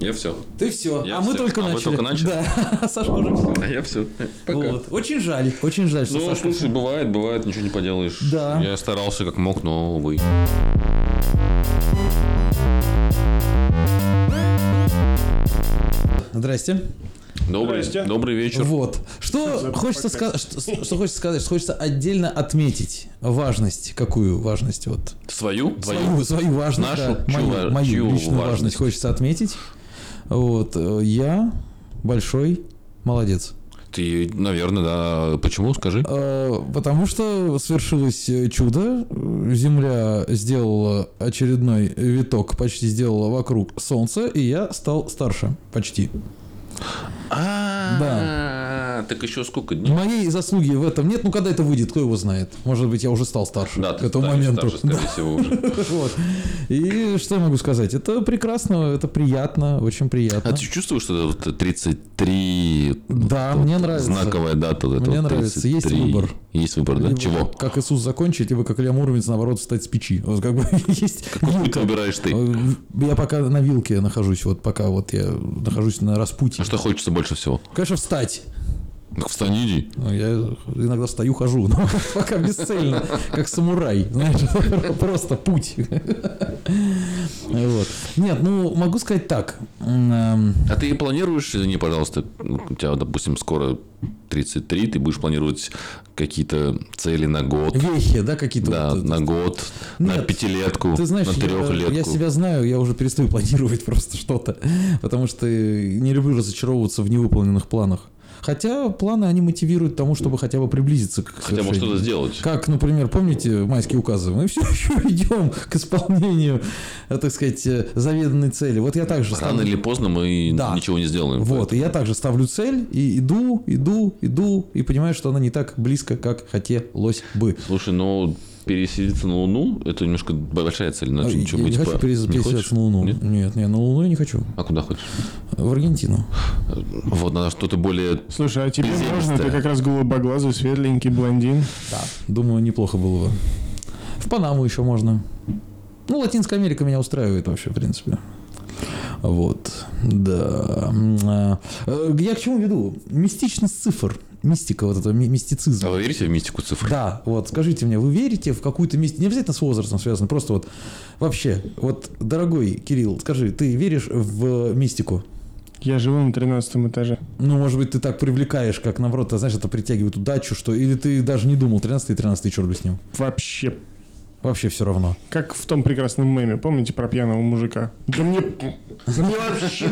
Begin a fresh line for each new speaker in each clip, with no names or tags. Я все.
Ты все.
Я
а мы
всё.
только
А вы
начали.
только начали?
Да, Саша уже всё.
А я все. Пока.
Вот. Очень жаль, очень жаль, что
Ну,
Ну, Саша...
слушай, бывает, бывает, ничего не поделаешь.
Да.
Я старался как мог, но, увы.
Здрасте.
Добрый,
Здрасте.
добрый вечер.
Вот. Что хочется, сказать, что, что хочется сказать, что хочется отдельно отметить важность. Какую важность? Вот.
Свою? Твою?
Свою, свою важность.
Нашу?
да.
Чью
Мою,
ва-
мою
чью
личную важность.
важность?
хочется отметить. Вот. э, Я большой молодец.
Ты, наверное, да. Почему, скажи?
Э, Потому что свершилось э, чудо. Э, Земля сделала очередной виток, почти сделала вокруг Солнца, и я стал старше. Почти.
А, Так еще сколько дней?
Моей заслуги в этом нет. Ну, когда это выйдет, кто его знает. Может быть, я уже стал старше
Да,
к
ты
этому
старше,
моменту.
старше, скорее всего, уже.
Вот. И что я могу сказать? Это прекрасно, это приятно, очень приятно.
А ты чувствуешь, что это вот 33
Да,
вот
мне нравится.
знаковая дата? вот это
Мне
вот
нравится. Есть
33.
выбор.
Есть выбор, да?
Либо
Чего?
Как Иисус закончить, либо как Илья Муромец, наоборот, встать с печи. Вот как бы есть
Какой путь
вилка.
выбираешь ты?
Э, Я пока на вилке нахожусь, вот пока вот я нахожусь на распутье.
А что хочется больше всего?
Конечно, встать.
Ну, Встань, иди.
Ну, Я иногда встаю, хожу, но пока бесцельно, как самурай, знаешь, просто путь. Вот. Нет, ну могу сказать так. М, эм,
А ты планируешь, извини, пожалуйста, ну, у тебя, допустим, скоро 33, ты будешь планировать какие-то цели на год,
Вехи, да, какие-то.
да,
вот, э,
на год, на
Нет,
пятилетку,
Ты знаешь,
Ну, на
я,
трехлетку.
я себя знаю, я уже перестаю планировать просто что-то, потому что не люблю разочаровываться в невыполненных планах. Хотя планы, они мотивируют к тому, чтобы хотя бы приблизиться к
Хотя бы
совершению.
что-то сделать.
Как, например, помните майские указы? Мы все еще идем к исполнению, э, так сказать, э, заведанной цели. Вот я также
Рано
ставлю...
или поздно мы
Да.
ничего не сделаем.
Вот, и я также ставлю цель и иду, иду, иду, и понимаю, что она не так близко, как хотелось бы.
Слушай, ну переселиться на Луну это немножко большая цель, но
А,
ничего
я
быть
не хочу
по-
перез-
не
переселяться
хочешь?
на Луну.
Нет?
Нет? нет, на Луну я не хочу.
А куда хочешь?
В Аргентину.
Вот надо что-то более.
Слушай, а тебе
Приземистая.
можно? Ты как раз голубоглазый, светленький блондин.
Да. Думаю, неплохо было бы. В Панаму еще можно. Ну, Латинская Америка меня устраивает вообще, в принципе. Вот, да. М, а, э, Я к чему веду? Мистичность цифр. Мистика, вот это, ми- мистицизм.
А вы верите в мистику цифр?
Да, вот, скажите мне, вы верите в какую-то мистику? Не обязательно с возрастом связано, просто вот вообще. Вот, дорогой Кирилл, скажи, ты веришь в мистику?
Я живу на 13 этаже.
Ну, может быть, ты так привлекаешь, как наоборот, ты знаешь, это притягивает удачу, что... Или ты даже не думал, 13-й, 13-й, черт бы с ним.
Вообще.
Вообще все равно.
Как в том прекрасном меме, помните про пьяного мужика? Да мне... Да мне вообще...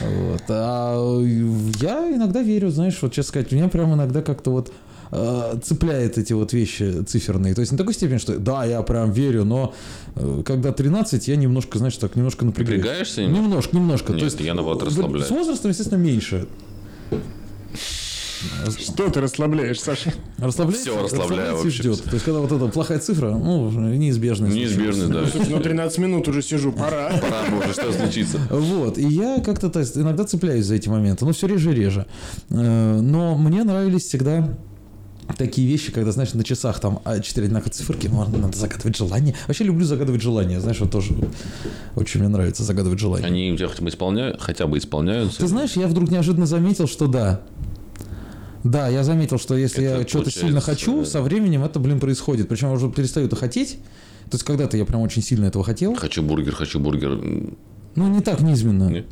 Вот. А я иногда верю, знаешь, вот честно сказать, меня прям иногда как-то вот э, цепляет эти вот вещи циферные. То есть не такой степени, что да, я прям верю, но э, когда 13, я немножко, знаешь, так немножко напрягаюсь.
Напрягаешься? им?
Немножко, немножко.
Нет,
То есть,
я, наоборот,
э,
расслабляюсь.
С возрастом, естественно, меньше.
Что ты расслабляешь, Саша?
Расслабляется,
Всё, расслабляю
расслабляется и
вообще.
ждет. То есть, когда вот эта плохая цифра, ну, неизбежно.
Неизбежно, да.
Слушай, ну 13 минут уже сижу, пора.
Пора бы уже, что случится.
Вот, и я как-то так иногда цепляюсь за эти моменты, но все реже и реже. Э, Но мне нравились всегда такие вещи, когда, знаешь, на часах там а, четыре одинаковые циферки, можно, надо загадывать желание. Вообще люблю загадывать желания, знаешь, вот тоже очень мне нравится загадывать желания.
Они у тебя хотя бы исполняют, хотя бы исполняются.
Ты знаешь, я вдруг неожиданно заметил, что да. Да, я заметил, что если
Это
я что-то сильно
получается,
хочу,
да.
со временем это, блин, происходит. Причем я уже перестаю это хотеть. То есть когда-то я прям очень сильно этого хотел.
Хочу бургер, хочу бургер. М,
Ну, не так низменно.
Не?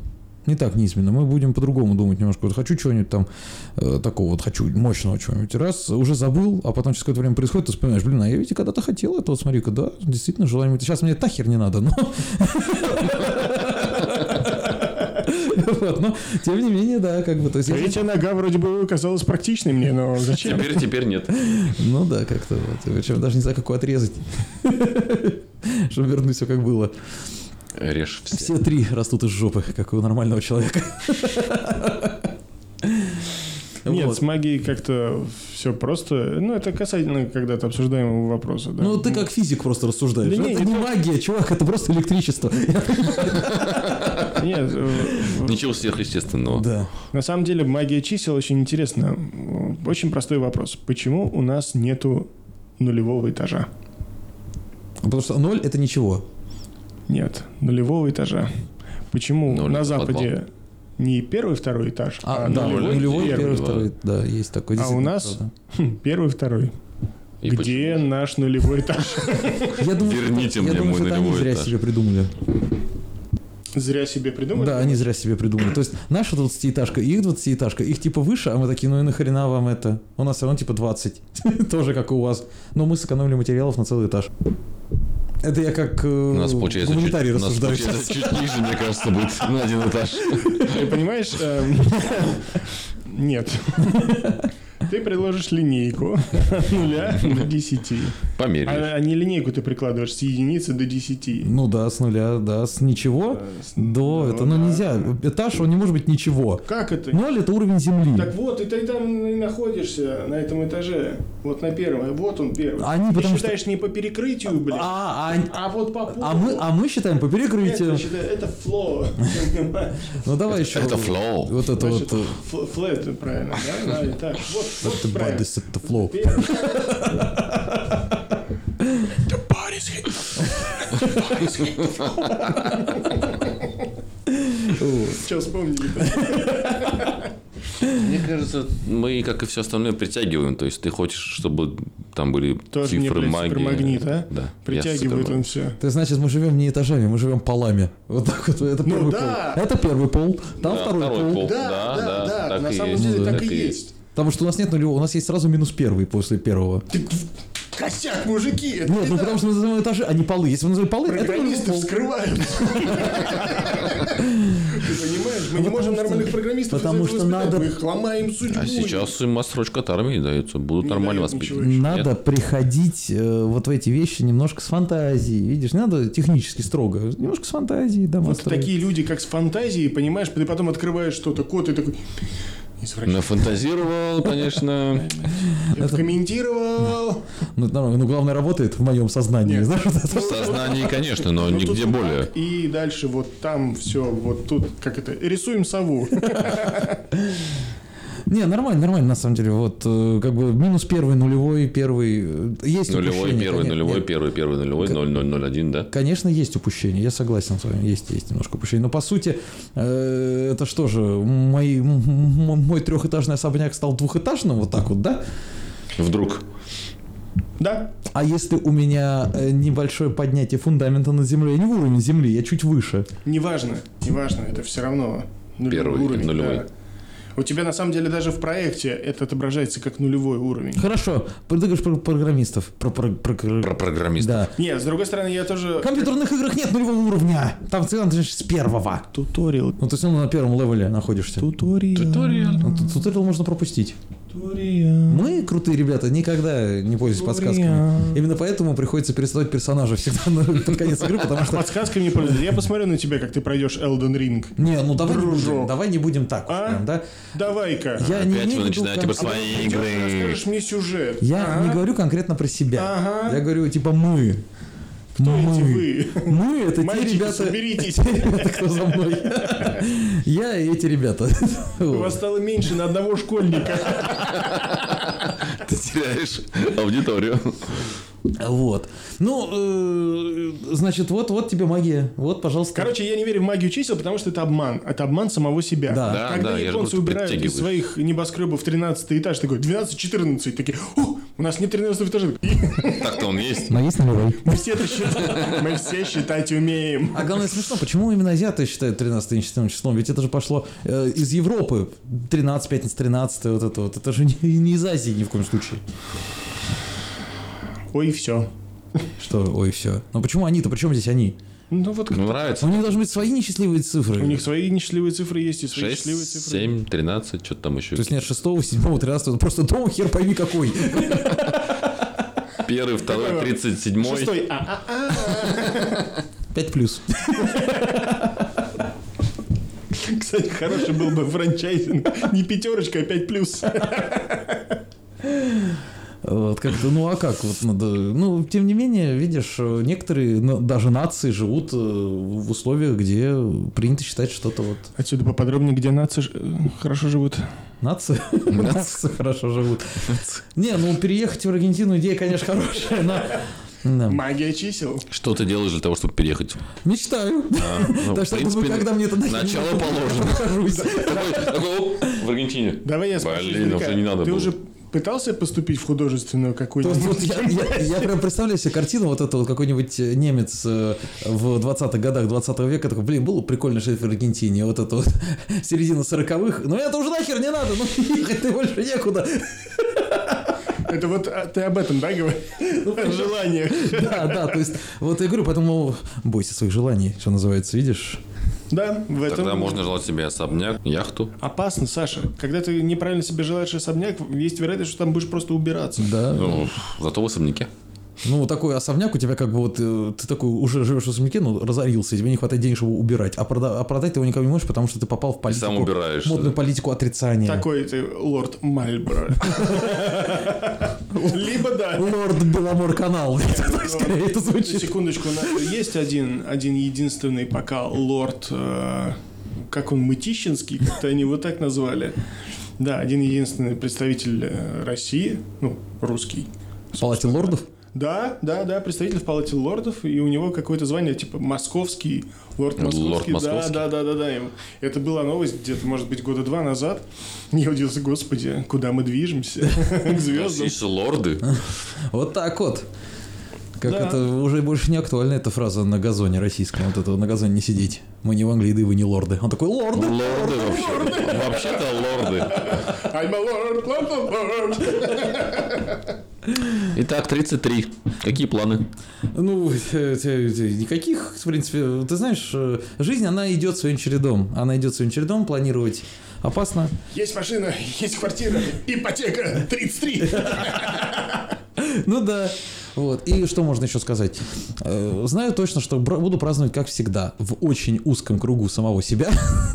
Не так низменно. Мы будем по-другому думать немножко. Вот хочу чего-нибудь там э, такого, вот хочу мощного чего-нибудь. Раз, уже забыл, а потом через какое-то время происходит, ты вспоминаешь, блин, а я ведь и когда-то хотел это, вот смотри-ка, да, действительно, желание. Сейчас мне тахер не надо, но... Вот, но тем не менее, да, как бы, то есть... я-
Третья нога вроде бы казалась практичной мне, но зачем?
Теперь, теперь нет.
Ну да, как-то вот. Причем даже не знаю, какую отрезать. Чтобы вернуть все как было.
Режь все.
Все три растут из жопы, как у нормального человека.
Нет,
Вот.
с магией как-то все просто. Ну, это касательно когда-то обсуждаемого вопроса, да.
Ну, ты как физик просто рассуждаешь.
Да ну- не,
это
не
не
то.
магия, чувак, это просто электричество.
Нет, э,
Ничего сверхъестественного.
Да.
На самом деле магия чисел очень интересна. Очень простой вопрос. Почему у нас нету нулевого этажа?
Потому что ноль это ничего.
Нет, нулевого этажа. Почему
Ноль
на
это подвал.
Западе не первый, второй этаж, а,
А, да,
нулевой,
нулевой,
первый,
первый,
да.
второй, да, есть такой.
А у
действительно,
нас-
правда.
Хм, первый, второй.
И
Где наш нулевой этаж?
Я думаю,
Верните
я
мне
думаю,
мой
что это они
нулевой
зря
этаж.
себе придумали.
Зря себе придумали.
Да, они зря себе придумали. То есть наша 20-этажка, и их 20-этажка, их типа выше, а мы такие, ну и нахрена вам это? У нас все равно типа 20. Тоже как и у вас. Но мы сэкономили материалов на целый этаж. Это я как э,
почему? У нас
Ну,
получается, чуть,
гуманитарий
у нас
рассуждаю
получается
сейчас.
чуть ниже, мне кажется, будет на один этаж.
Ты понимаешь? эм, Нет. Ты предложишь линейку от нуля до 10.
Померяешь.
А а не линейку ты прикладываешь с единицы до 10.
Ну да, с нуля, Ну, да, с ничего.
Э, с-
До,
да,
это, ну
да.
нельзя. Ну, Этаж, он не может быть ничего.
Как это?
Ноль это уровень
Так
земли.
вот, и ты там и находишься на этом этаже. Вот на первом. Вот он первый.
Они
Ты
потому что-
считаешь не по перекрытию, блин, а,
А, а,
вот по полу.
а мы, а мы считаем по перекрытию.
Это, считай, это флоу.
Ну давай еще.
э,
Это флоу.
Вот это
Значит,
вот. э,
фл- Флэт, правильно, да? Да, и так. Вот,
Это
вот правильно.
бадис, это флоу.
Первый. Что вспомнили?
Мне кажется, мы, как и все остальное, притягиваем. То есть ты хочешь, чтобы там были
Тоже мне,
цифры
блядь,
магии.
супермагнит, а?
Да.
Притягивает
Я
он все.
Ты значит, мы живем не этажами, мы живем полами. Вот так вот. Это
Ну
первый
да.
пол. Это первый пол. Там
Да,
второй,
второй
пол.
пол. Да, да, так
на
и
самом
есть.
деле
Ну да.
так и
Так и
есть.
Потому что у нас нет нулевого, у нас есть сразу минус первый после первого.
Ты в- косяк, мужики! это
Нет, ну
беда.
потому что мы называем этажи, а не полы. Если мы называем полы, это нулевой
Программисты
пол.
вскрывают. Ты понимаешь, мы не
Потому что-
можем нормальных программистов
потому
из этого
что
воспитать,
надо-
мы их ломаем судьбу.
А сейчас им отсрочка от армии дается. Будут
Не
нормально
дают ничего
воспитывать.
еще.
Нет?
Надо приходить э, вот в эти вещи немножко с фантазией. Видишь, не надо технически строго. Немножко с фантазией, да,
Вот такие люди, как с фантазией, понимаешь, ты потом открываешь что-то, код, и такой... Извращенец.
Нафантазировал, конечно.
Я комментировал.
Ну, это нормально. Ну, главное, работает в моем сознании.
Нет.
Знаешь, вот это-
В сознании, конечно, но
Ну, тут
нигде
вот
более.
так, И дальше вот там все, вот тут, как это, рисуем сову.
Не, нормально, нормально, на самом деле. Вот, э, как бы, минус первый, нулевой, первый. э, Есть
Нулевой,
упущение,
первый,
коне-
нулевой,
нет,
первый, первый, нулевой, ноль, ноль, ноль, один, да?
Конечно, есть упущение, я согласен с вами, есть, есть немножко упущение. Но по сути, э, это что же, мои, м- м- мой трехэтажный особняк стал двухэтажным, вот так вот, да?
Ну, Вдруг.
Да?
А если у меня э, небольшое поднятие фундамента над землей, я не в уровень земли, я чуть выше.
Неважно, неважно, это все равно нулевой
Первый,
уровень.
нулевой.
да. У тебя на самом деле даже в проекте это отображается как нулевой уровень.
Хорошо, ты говоришь про программистов, про, про, про-
Про программиста.
да.
Не, с другой стороны, я
В
тоже...
компьютерных играх нет нулевого уровня, там всегда начинаешь с первого.
Туториал.
Ну, ты все равно на первом левеле находишься.
Туториал.
Ну, тут- Туториал можно пропустить.
Туториал.
Мы, крутые ребята, никогда не пользуемся подсказками.
Туториал.
Именно поэтому приходится переставать персонажа всегда на- под конец игры, потому что...
Подсказками не пользуюсь. Я посмотрю на тебя, как ты пройдешь Elden Ring.
Не, ну давай не будем,
Дружок.
давай не будем так уж
А?
прям, да?
Давай-ка.
Я не-
Опять
не
вы
веду
начинаете
кон-
про свои
Идёшь и
игры.
расскажешь мне сюжет. А?
Я
Ага.
не говорю конкретно про себя.
Ага.
Я говорю, типа, мы.
Кто
мы.
эти вы?
Мы — это те
Мальчики,
ребята...
соберитесь.
те ребята, кто за мной. Я и эти ребята.
У вас стало меньше на одного школьника.
Ты теряешь аудиторию.
Вот. Ну, э, значит, вот, вот тебе магия. Вот, пожалуйста.
Короче, я не верю в магию чисел, потому что это обман. Это обман самого себя.
Да.
Да,
Когда
да, я же говорю,
японцы
ты
убирают из
подтягиваешь.
своих небоскребов 13 этаж, такой 12-14, такие, «О, у нас нет 13 этажа.
Так-то он есть.
Но есть нулевой.
Мы все это считаем. Мы все считать умеем.
А главное смешно, почему именно азиаты считают 13 нечетным числом? Ведь это же пошло э, из Европы. 13, пятница, 13, вот это вот. Это же не, не из Азии ни в коем случае.
Ой, все.
Что, ой, все. Но почему они-то? Причем здесь они?
Ну вот
Ну, Нравится.
У них должны быть свои несчастливые цифры.
у них свои несчастливые цифры есть и свои
6,
счастливые цифры.
7, 13, что-то там еще.
То есть нет 6, 7, 13, просто дом хер пойми какой.
Первый, второй,
Какой?
тридцать седьмой.
Шестой. А, а, а.
5 плюс.
а, Кстати, хороший был бы франчайзинг. Не пятерочка, а пять плюс.
Вот как-то, ну а как? Вот надо. Ну, тем не менее, видишь, э, некоторые ну, даже нации живут э, в условиях, где принято считать что-то вот
Отсюда поподробнее, где нации ж- э, хорошо живут.
Нации? Нации хорошо живут. Не, ну переехать в Аргентину идея, конечно, хорошая, но... Да.
Магия чисел.
Что ты делаешь для того, чтобы переехать?
Мечтаю.
А, ну,
Да
в
что,
принципе,
когда мне это нахер не
начало
надо,
положено.
покажусь.
Такой- такой, оп, в Аргентине.
Давай я спрошу.
Блин,
издалека.
уже не надо
Ты
было.
уже пытался поступить в
Ну,
художественную
Вот-
какую-нибудь?
вот я, я- я прям представляю себе картину, вот это вот какой-нибудь э, немец э, в 20-х годах 20 века, такой, блин, было бы прикольно жить в Аргентине, вот это вот середина 40-х, ну это уже нахер не надо, ну ехать ты больше некуда.
Это вот а, ты об этом, да, говоришь?
Ну,
О желаниях.
Да, да, то есть, вот я говорю, поэтому бойся своих желаний, что называется, видишь?
Да, в этом...
Тогда можно желать себе особняк, яхту.
Опасно, Саша. Когда ты неправильно себе желаешь особняк, есть вероятность, что там будешь просто убираться.
Да.
Ну, зато в особняке.
Ну, такой особняк у тебя как бы вот, э, ты такой уже живешь в особняке, ну, разорился, и тебе не хватает денег, чтобы убирать. А, прода- а продать ты его никому не можешь, потому что ты попал в политику.
сам убираешь,
Модную
да.
политику отрицания.
Такой ты лорд Мальборо. Либо да.
Лорд Беломор канал. Скорее это звучит.
Секундочку, у нас же есть один, один единственный пока лорд, э, как он, Мытищинский, как-то они его так назвали. Да, один единственный представитель э, России, ну, русский.
В Палате лордов?
Да, да, да, представитель в Палате лордов, и у него какое-то звание, типа, московский, лорд
Лорд
московский. да,
московский.
Да, да, да, да, и Это была новость где-то, может быть, года два назад. Я удивился, господи, куда мы движемся? К звездам.
Здесь лорды.
Вот так вот. Как
Да.
это уже больше не актуальна эта фраза на газоне российском. Вот это на газоне не сидеть. Мы не в Англии, да и вы не лорды. Он такой лорды.
Лорды вообще. Вообще-то лорды.
I'm a lord, lord, lord, lord.
Итак, 33. Какие планы?
Ну, э, э, э, никаких, в принципе, ты знаешь, э, жизнь, она идет своим чередом. Она идет своим чередом, планировать опасно.
Есть машина, есть квартира, ипотека 33.
Ну да. Вот. И что можно еще сказать? Э, Знаю точно, что бра- буду праздновать, как всегда, в очень узком кругу самого себя.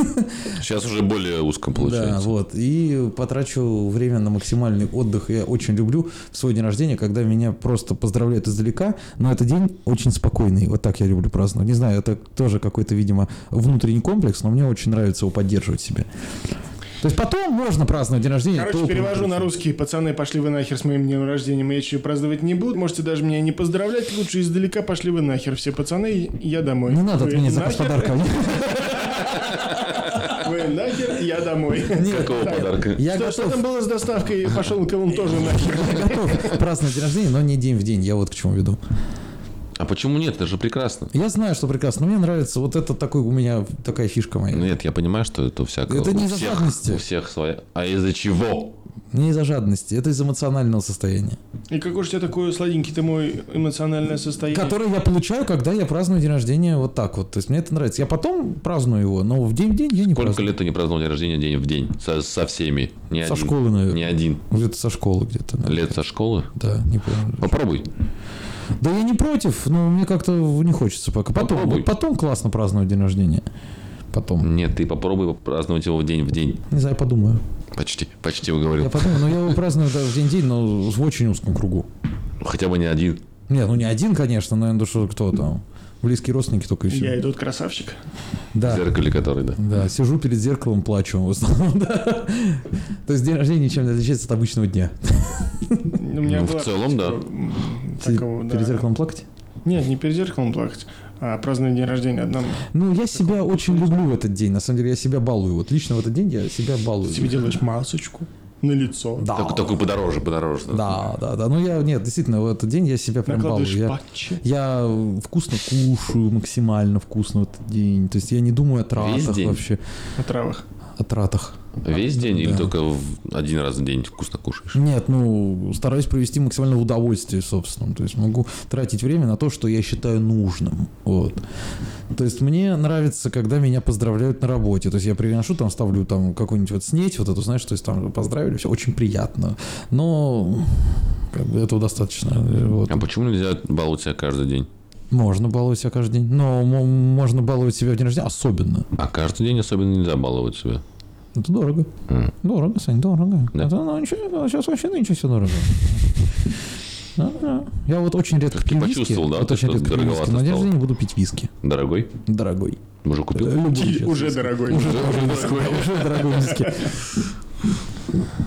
Сейчас уже более узко
Да,
получается.
вот. И потрачу время на максимальный отдых. Я очень люблю в свой день рождения, когда меня просто поздравляют издалека, но этот день очень спокойный. Вот так я люблю праздновать. Не знаю, это тоже какой-то, видимо, внутренний комплекс, но мне очень нравится его поддерживать в себе. То есть потом можно праздновать день рождения.
Короче,
толком.
перевожу на русский. Пацаны, пошли вы нахер с моим днем рождения. Я еще праздновать не буду. Можете даже меня не поздравлять. Лучше издалека пошли вы нахер. Все пацаны, я домой.
Не надо
Вы
от меня заказ
нахер,
подарков.
Вы нахер, я домой.
Какого подарка?
Я
Что, что
готов,
там было с доставкой? Пошел к он тоже нахер.
я готов праздновать день рождения, но не день в день. Я вот к чему веду.
А почему нет? Это же прекрасно.
Я знаю, что прекрасно, но мне нравится. Вот это такой у меня такая фишка моя.
Нет, я понимаю, что это всякое.
Это не
у
из-за
всех-
жадности.
У всех своя. А из-за чего?
Не из-за жадности, это из эмоционального состояния.
И какой же у тебя такой сладенький ты мой эмоциональное состояние?
Который я получаю, когда я праздную день рождения вот так вот. То есть мне это нравится. Я потом праздную его, но в день в день я не
Сколько
праздную.
лет ты не праздновал день рождения день в день? Со, со всеми. Не
Со
один.
школы, наверное.
Не один.
Где-то со школы где-то. наверное.
Лет со школы?
Да, не помню.
Попробуй.
Да я не против, но мне как-то не хочется пока. Потом,
Попробуй.
вот потом классно праздновать день рождения. Потом.
Нет, ты попробуй праздновать его в день в день.
Не знаю, я подумаю.
Почти, почти
Я
уговорил.
подумаю, но я его праздную даже в день-день, но в очень узком кругу.
Хотя бы не один.
Не, ну не один, конечно, но я думаю, что кто там. Близкие родственники только еще.
Я и тот красавчик.
В
Да.
зеркале который, да.
Да, сижу перед зеркалом, плачу в основном, да. То есть день рождения ничем не отличается от обычного дня.
У меня
Ну, в
была
целом,
типа,
да.
м,
Ты
такого, да.
перед зеркалом плакать?
Нет, не перед зеркалом плакать, а праздновать день рождения одному.
Ну, я себя очень люблю в этот день. На самом деле, я себя балую. Вот лично в этот день я себя балую.
Ты себе делаешь масочку на лицо.
Да.
Так- такой подороже, подороже.
Да, да, да. Ну, я, нет, действительно, в этот день я себя прям балую.
Накладываешь
Я,
патчи.
я вкусно кушаю, максимально вкусно в этот день. То есть я не думаю о
Весь
тратах
день?
вообще.
на травах.
О тратах.
Весь день или
Да.
только в один раз в день вкусно кушаешь?
Нет, ну, стараюсь провести максимально в удовольствии собственном. То есть могу тратить время на то, что я считаю нужным. Вот. То есть мне нравится, когда меня поздравляют на работе. То есть я приношу, там ставлю там какую-нибудь вот снеть, вот эту, знаешь, то есть там поздравили, все очень приятно. Но как бы этого достаточно. Вот.
А почему нельзя баловать себя каждый день?
Можно баловать себя каждый день, но мо- можно баловать себя в день рождения особенно.
А каждый день особенно нельзя баловать себя.
Это дорого.
М.
Дорого, Сань, дорого.
Да.
Это, ну, ничего, сейчас вообще нынче все дорого. Да, да. Я вот очень редко
Как ты
пью виски.
почувствовал, да,
вот
ты,
очень
что
редко пью
дороговато
виски. Но я
стало?
не буду пить виски.
Дорогой?
Дорогой.
Уже
Э,
купил?
любой
И
сейчас
Уже
виски.
дорогой.
Уже дорогой виски. Уже дорогой виски.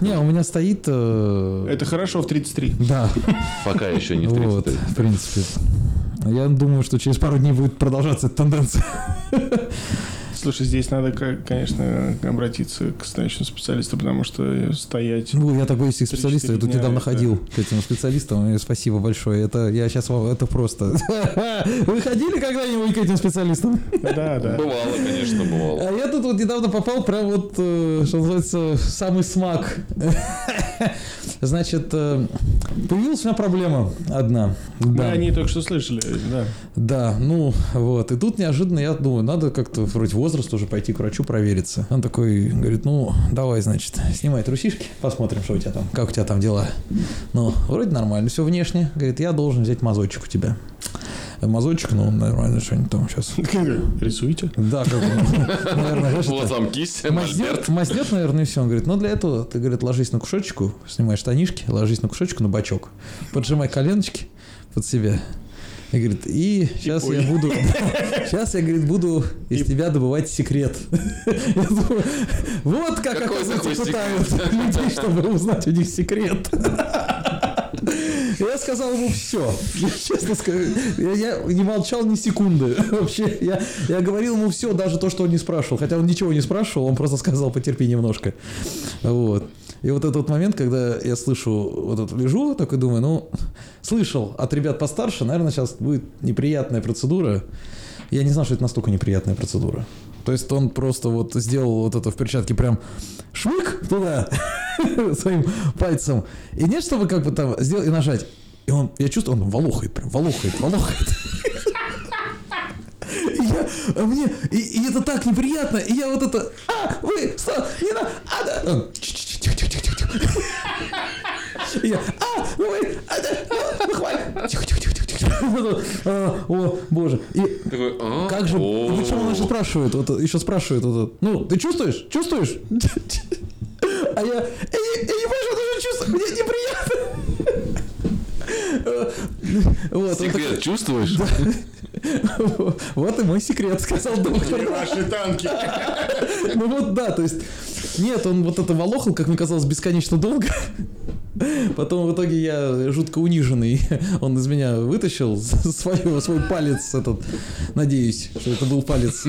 Не, у меня стоит... э,
Это хорошо в 33.
Да,
Пока еще не в 33.
вот, в принципе. Я думаю, что через пару дней будет продолжаться эта тенденция.
Слушай, здесь надо, ка- конечно, обратиться к настоящему специалисту, потому что стоять...
Ну, я такой из этих специалистов, я тут
Три-четыре
недавно
дня,
ходил к этим специалистам, и спасибо большое. Это я сейчас вам, это просто. Вы ходили когда-нибудь к этим специалистам?
Да, да.
Бывало, конечно, бывало.
А я тут вот недавно попал прям вот, э, что называется, в самый смак. Значит, э, появилась у меня проблема одна.
Мы
Да,
о ней только что слышали, да.
да, ну вот. И тут неожиданно я думаю, надо как-то вроде возраст уже пойти к врачу провериться. Он такой говорит, ну давай, значит, снимай трусишки, посмотрим, что у тебя там, как у тебя там дела. Ну, вроде нормально все внешне. Говорит, я должен взять мазочек у тебя. Мазочек, ну, нормально, что-нибудь там сейчас.
Рисуйте.
Да, как бы, ну, наверное, знаешь, это-
Вот там кисть,
Маздет,
мольберт.
маздет, наверное, и все. Он говорит, ну для этого ты, говорит, ложись на кушочку, снимай штанишки, ложись на кушочку, на бачок, поджимай коленочки под себя. И говорит, и сейчас
пой.
я буду, сейчас я, говорит, буду из
И-
тебя добывать секрет. Я думаю, Вот как
Какой такой
оказывается
секрет?
пытаются людей, чтобы узнать у них секрет. Я сказал ему все. Я честно скажу, я, я не молчал ни секунды. Вообще, я, я говорил ему все, даже то, что он не спрашивал. Хотя он ничего не спрашивал, он просто сказал, потерпи немножко. Вот. И вот этот вот момент, когда я слышу, вот этот лежу, такой думаю, ну, слышал от ребят постарше, наверное, сейчас будет неприятная процедура. Я не знал, что это настолько неприятная процедура. То есть он просто вот сделал вот это в перчатке прям шмык туда своим пальцем. И нет, чтобы как бы там сделать и нажать. И он, я чувствую, он волохает, прям волохает, волохает. И я, а мне, и, и это так неприятно, и я вот это, а, вы, что, не надо, а, да, Он, «Тихо, тихо, тихо, тихо, тихо». И я, а, ну вы, а, да, а, ну хватит, тихо, тихо, тихо, тихо, тихо, Вот это, а, о, боже, и
Такой, «А,
как же,
о».
причем он еще спрашивает, вот, еще спрашивает, вот, это, ну, ты чувствуешь, чувствуешь? А я, я, не- я не понимаю, что даже чувствую, мне неприятно. Вот, он
Секрет чувствуешь?
такой, вот и мой секрет, сказал доктор.
Ваши танки.
Ну вот да, то есть, нет, он вот это волохал, как мне казалось, бесконечно долго. Потом в итоге я жутко униженный. Он из меня вытащил свой, свой палец этот. Надеюсь, что это был палец.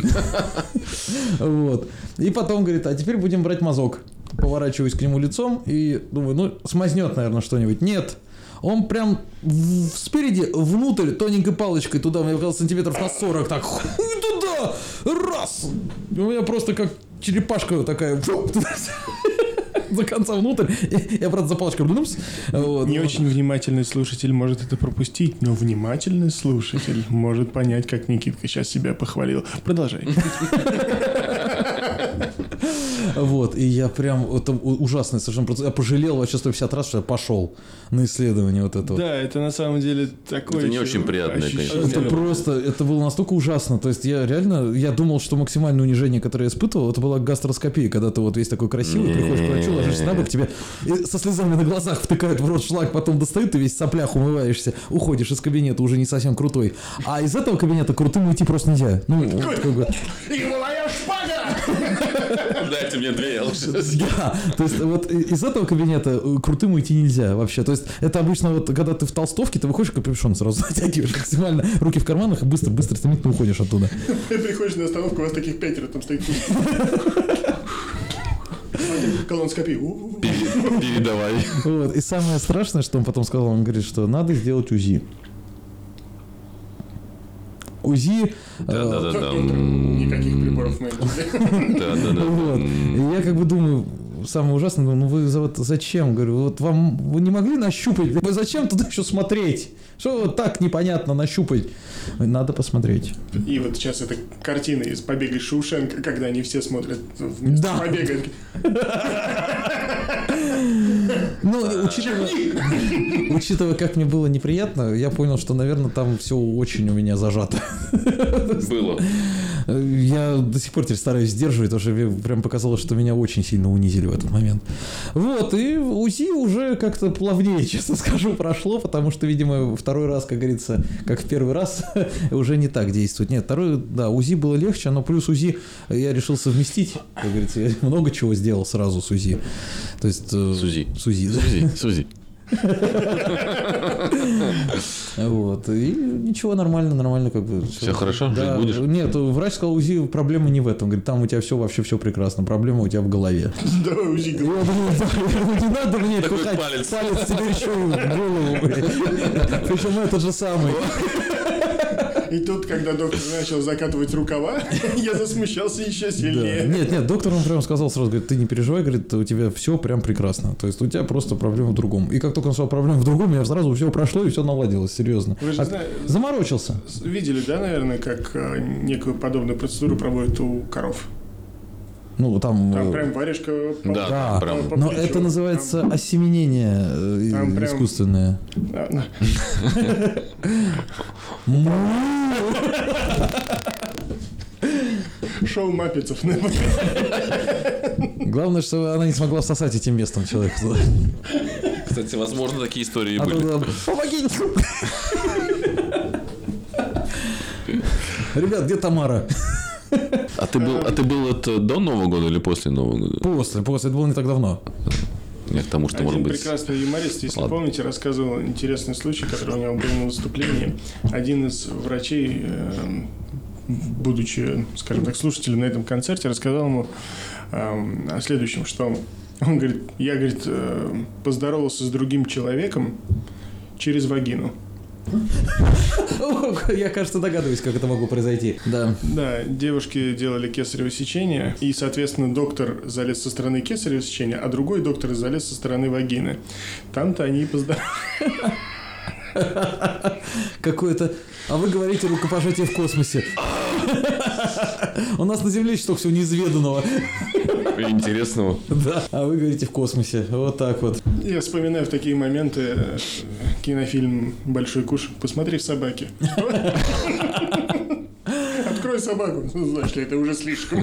Вот. И потом говорит, а теперь будем брать мазок. Поворачиваюсь к нему лицом и думаю, ну, смазнет, наверное, что-нибудь. Нет. Он прям в- спереди, внутрь, тоненькой палочкой туда, мне показалось, сантиметров на 40, так, хуй туда, раз! И у меня просто как черепашка такая, фу, туда, за конца внутрь. И Я, правда, за палочкой блюнулся. Вот.
Не очень внимательный слушатель может это пропустить, но внимательный слушатель может понять, как Никитка сейчас себя похвалил. Продолжай.
Вот, и я прям, это у- ужасный совершенно процесс. Я пожалел вообще 150 раз, что я пошел на исследование вот этого.
Да, это на самом деле такое...
Это не
еще
очень приятное, конечно,
ощущение.
Это просто, это было настолько ужасно. То есть я реально, я думал, что максимальное унижение, которое я испытывал, это была гастроскопия, когда ты вот весь такой красивый, приходишь к врачу, ложишься на бок, тебе и со слезами на глазах втыкают в рот шлак, потом достают, ты весь в соплях умываешься, уходишь из кабинета уже не совсем крутой. А из этого кабинета крутым уйти просто нельзя. Ну, вот как бы,
И моя шпага!
Дайте мне две, я лучше
Да, то есть вот и- из этого кабинета э, крутым уйти нельзя вообще. То есть это обычно вот, когда ты в толстовке, ты выходишь, капюшон сразу затягиваешь максимально, руки в карманах и быстро-быстро стремительно уходишь оттуда.
Ты приходишь на остановку, у вас таких пятеро там стоит. Колонскопи.
Пере- Передавай.
Вот. И самое страшное, что он потом сказал, он говорит, что надо сделать УЗИ. УЗИ... э,
Да-да-да. М-м-м.
Никаких приборов мы
Да-да-да.
Вот. И я как бы думаю, самое ужасное, думаю, ну вы за- вот зачем? Говорю, вот вам вы не могли нащупать? Вы зачем туда еще смотреть? Что вот так непонятно нащупать? Надо посмотреть.
И вот сейчас эта картина из «Побега из Шоушенка», когда они все смотрят вместо
Да.
«Побега». такие,
Ну, учитывая, учитывая, как мне было неприятно, я понял, что, наверное, там все очень у меня зажато.
Было.
э, я до сих пор теперь стараюсь сдерживать, потому что мне прям показалось, что меня очень сильно унизили в этот момент. Вот, и УЗИ уже как-то плавнее, честно скажу, прошло, потому что, видимо, второй раз, как говорится, как в первый раз, уже не так действует. Нет, второй, да, УЗИ было легче, но плюс УЗИ э, я решил совместить, как говорится, я много чего сделал сразу с УЗИ. То есть... э,
С УЗИ.
С УЗИ, да.
Сузи, Сузи.
Вот. И ничего, нормально, нормально, как бы.
Всё хорошо? Жить
Да.
будешь?
Нет, врач сказал, УЗИ проблема не в этом. Говорит, там у тебя все вообще все прекрасно. Проблема у тебя в голове.
Давай УЗИ.
И я думаю, «Да, ну не надо мне
Такой
пихать
палец.
палец тебе еще и в голову. блин». Причем это же самый.
И тут, когда доктор начал закатывать рукава, я засмущался еще
Да.
сильнее.
Нет, нет, доктор он прям сказал сразу, говорит, ты не переживай, говорит, у тебя все прям прекрасно. То есть у тебя просто проблема в другом. И как только он сказал проблема в другом, я сразу все прошло и все наладилось, серьезно.
Вы же
А-
зна-
Заморочился.
с- видели, да, наверное, как э, некую подобную процедуру проводят у коров?
Ну, там...
Там
э,
прям варежка... по-
Да,
Да,
там прям.
по-
Но
плечу.
это называется осеменение э,
Там прям-
искусственное.
Там- а, на- Шоу маппетов.
Главное, что она не смогла всосать этим местом человека.
Кстати, возможно, такие истории и
А то
были.
да, Помогите! Ребят, где Тамара?
А ты был, а ты был это до Нового года или после Нового года?
После, после, это было не так давно.
Я к тому, что может
Один
быть.
прекрасный юморист, если
Ладно.
помните, рассказывал интересный случай, который у него был на выступлении. Один из врачей, эм, будучи, скажем так, слушателем на этом концерте, рассказал ему эм, о следующем, что он говорит, я, говорит, эм, поздоровался с другим человеком через вагину.
Я, кажется, догадываюсь, как это могло произойти. Да.
Да, девушки делали кесарево сечение, и, соответственно, доктор залез со стороны кесарево сечения, а другой доктор залез со стороны вагины. Там-то они и поздоровались.
Какое-то... А вы говорите рукопожатие в космосе. У нас на Земле еще столько всего неизведанного.
Интересного.
Да. А вы говорите в космосе. Вот так вот.
Я вспоминаю в такие моменты э, кинофильм «Большой куш». Посмотри в собаке. Открой собаку. Ну, Значит, это уже слишком.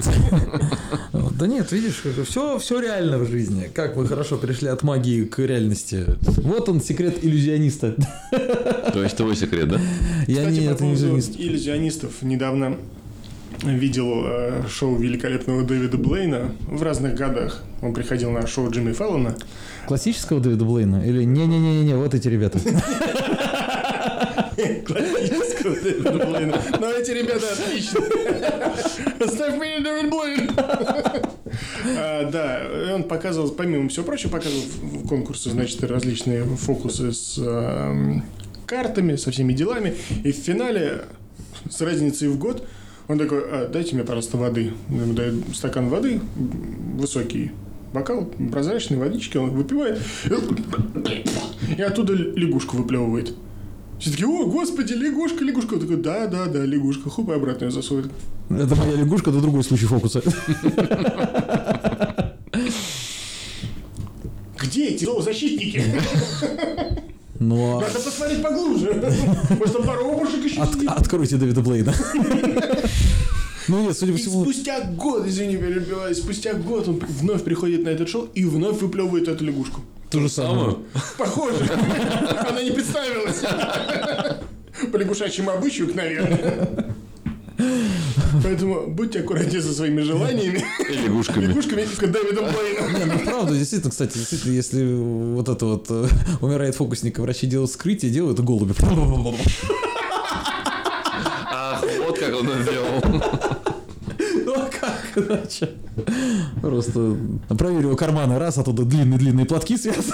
Вот, Да нет, видишь, все, все реально в жизни. Как вы хорошо пришли от магии к реальности. Вот он, секрет иллюзиониста.
То есть твой секрет, да?
Я
Кстати,
не
по
это не
поводу
иллюзионист.
иллюзионистов. Недавно видел э, шоу великолепного Дэвида Блейна в разных годах. Он приходил на шоу Джимми Фэллона.
Классического Дэвида Блейна? Или не-не-не-не, вот эти ребята.
Классического Дэвида Блейна. Но эти ребята отлично. Оставь меня, Дэвид Блейн. А, Да, и он показывал, помимо всего прочего, показывал в в конкурсе, значит, различные фокусы с эм, картами, со всеми делами. И в финале с разницей в год он такой, «А, дайте мне, пожалуйста, воды. Он ему дает стакан воды, м, высокий бокал, прозрачный, водички, он выпивает. И оттуда лягушку выплевывает. Все такие, о, господи, лягушка, лягушка. Он такой, да, да, да, лягушка. Хуп, и обратно ее засовывает.
Это моя лягушка, это другой случай фокуса.
Где эти зоозащитники?
Но
Надо посмотреть поглубже. Может, там воробушек еще
от-
сидит.
откройте Дэвида Блейна. Ну нет, судя
И
по всему...
спустя год, извини, перебиваю, спустя год он вновь приходит на этот шоу и вновь выплевывает эту лягушку.
То же
Похоже. Она не представилась. По лягушачьему обычаю, наверное. Поэтому будьте аккуратнее со своими желаниями.
И лягушками.
Лягушками и Дэвидом Блейном.
Не, ну правда, действительно, кстати, действительно, если вот это вот э, умирает фокусник, и врачи делают скрытие, делают голуби.
Ах, вот как он это сделал.
Ну а как иначе? Просто проверил карманы раз, оттуда длинные-длинные платки связаны.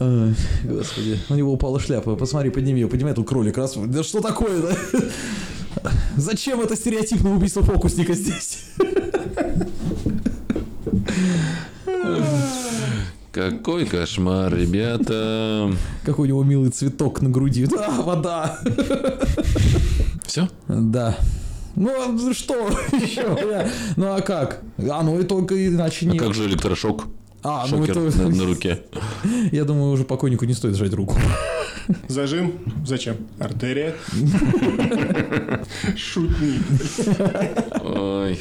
Ой, Господи, у него упала шляпа. Посмотри, подними ее, поднимай тут кролик. Раз, да что такое, да? Зачем это стереотипное убийство фокусника здесь?
Какой кошмар, ребята.
Какой у него милый цветок на груди. Да, вода.
Все?
Да. Ну а что еще? бля? Ну а как? А ну и только иначе
А
не.
как же электрошок?
А, ну
Шокер
это...
на, на руке.
Я думаю, уже покойнику не стоит жать руку.
Зажим. Зачем? Артерия. Шутник.
Ой.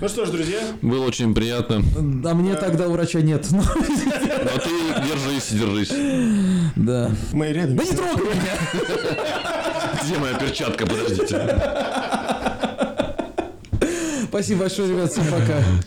Ну что ж, друзья,
Было очень приятно. Ну,
А мне тогда у врача нет. Ну,
А ты держись, держись.
Да.
мы рядом.
Да не трогай меня!
Где моя перчатка? Подождите.
Спасибо большое, ребят, всем пока.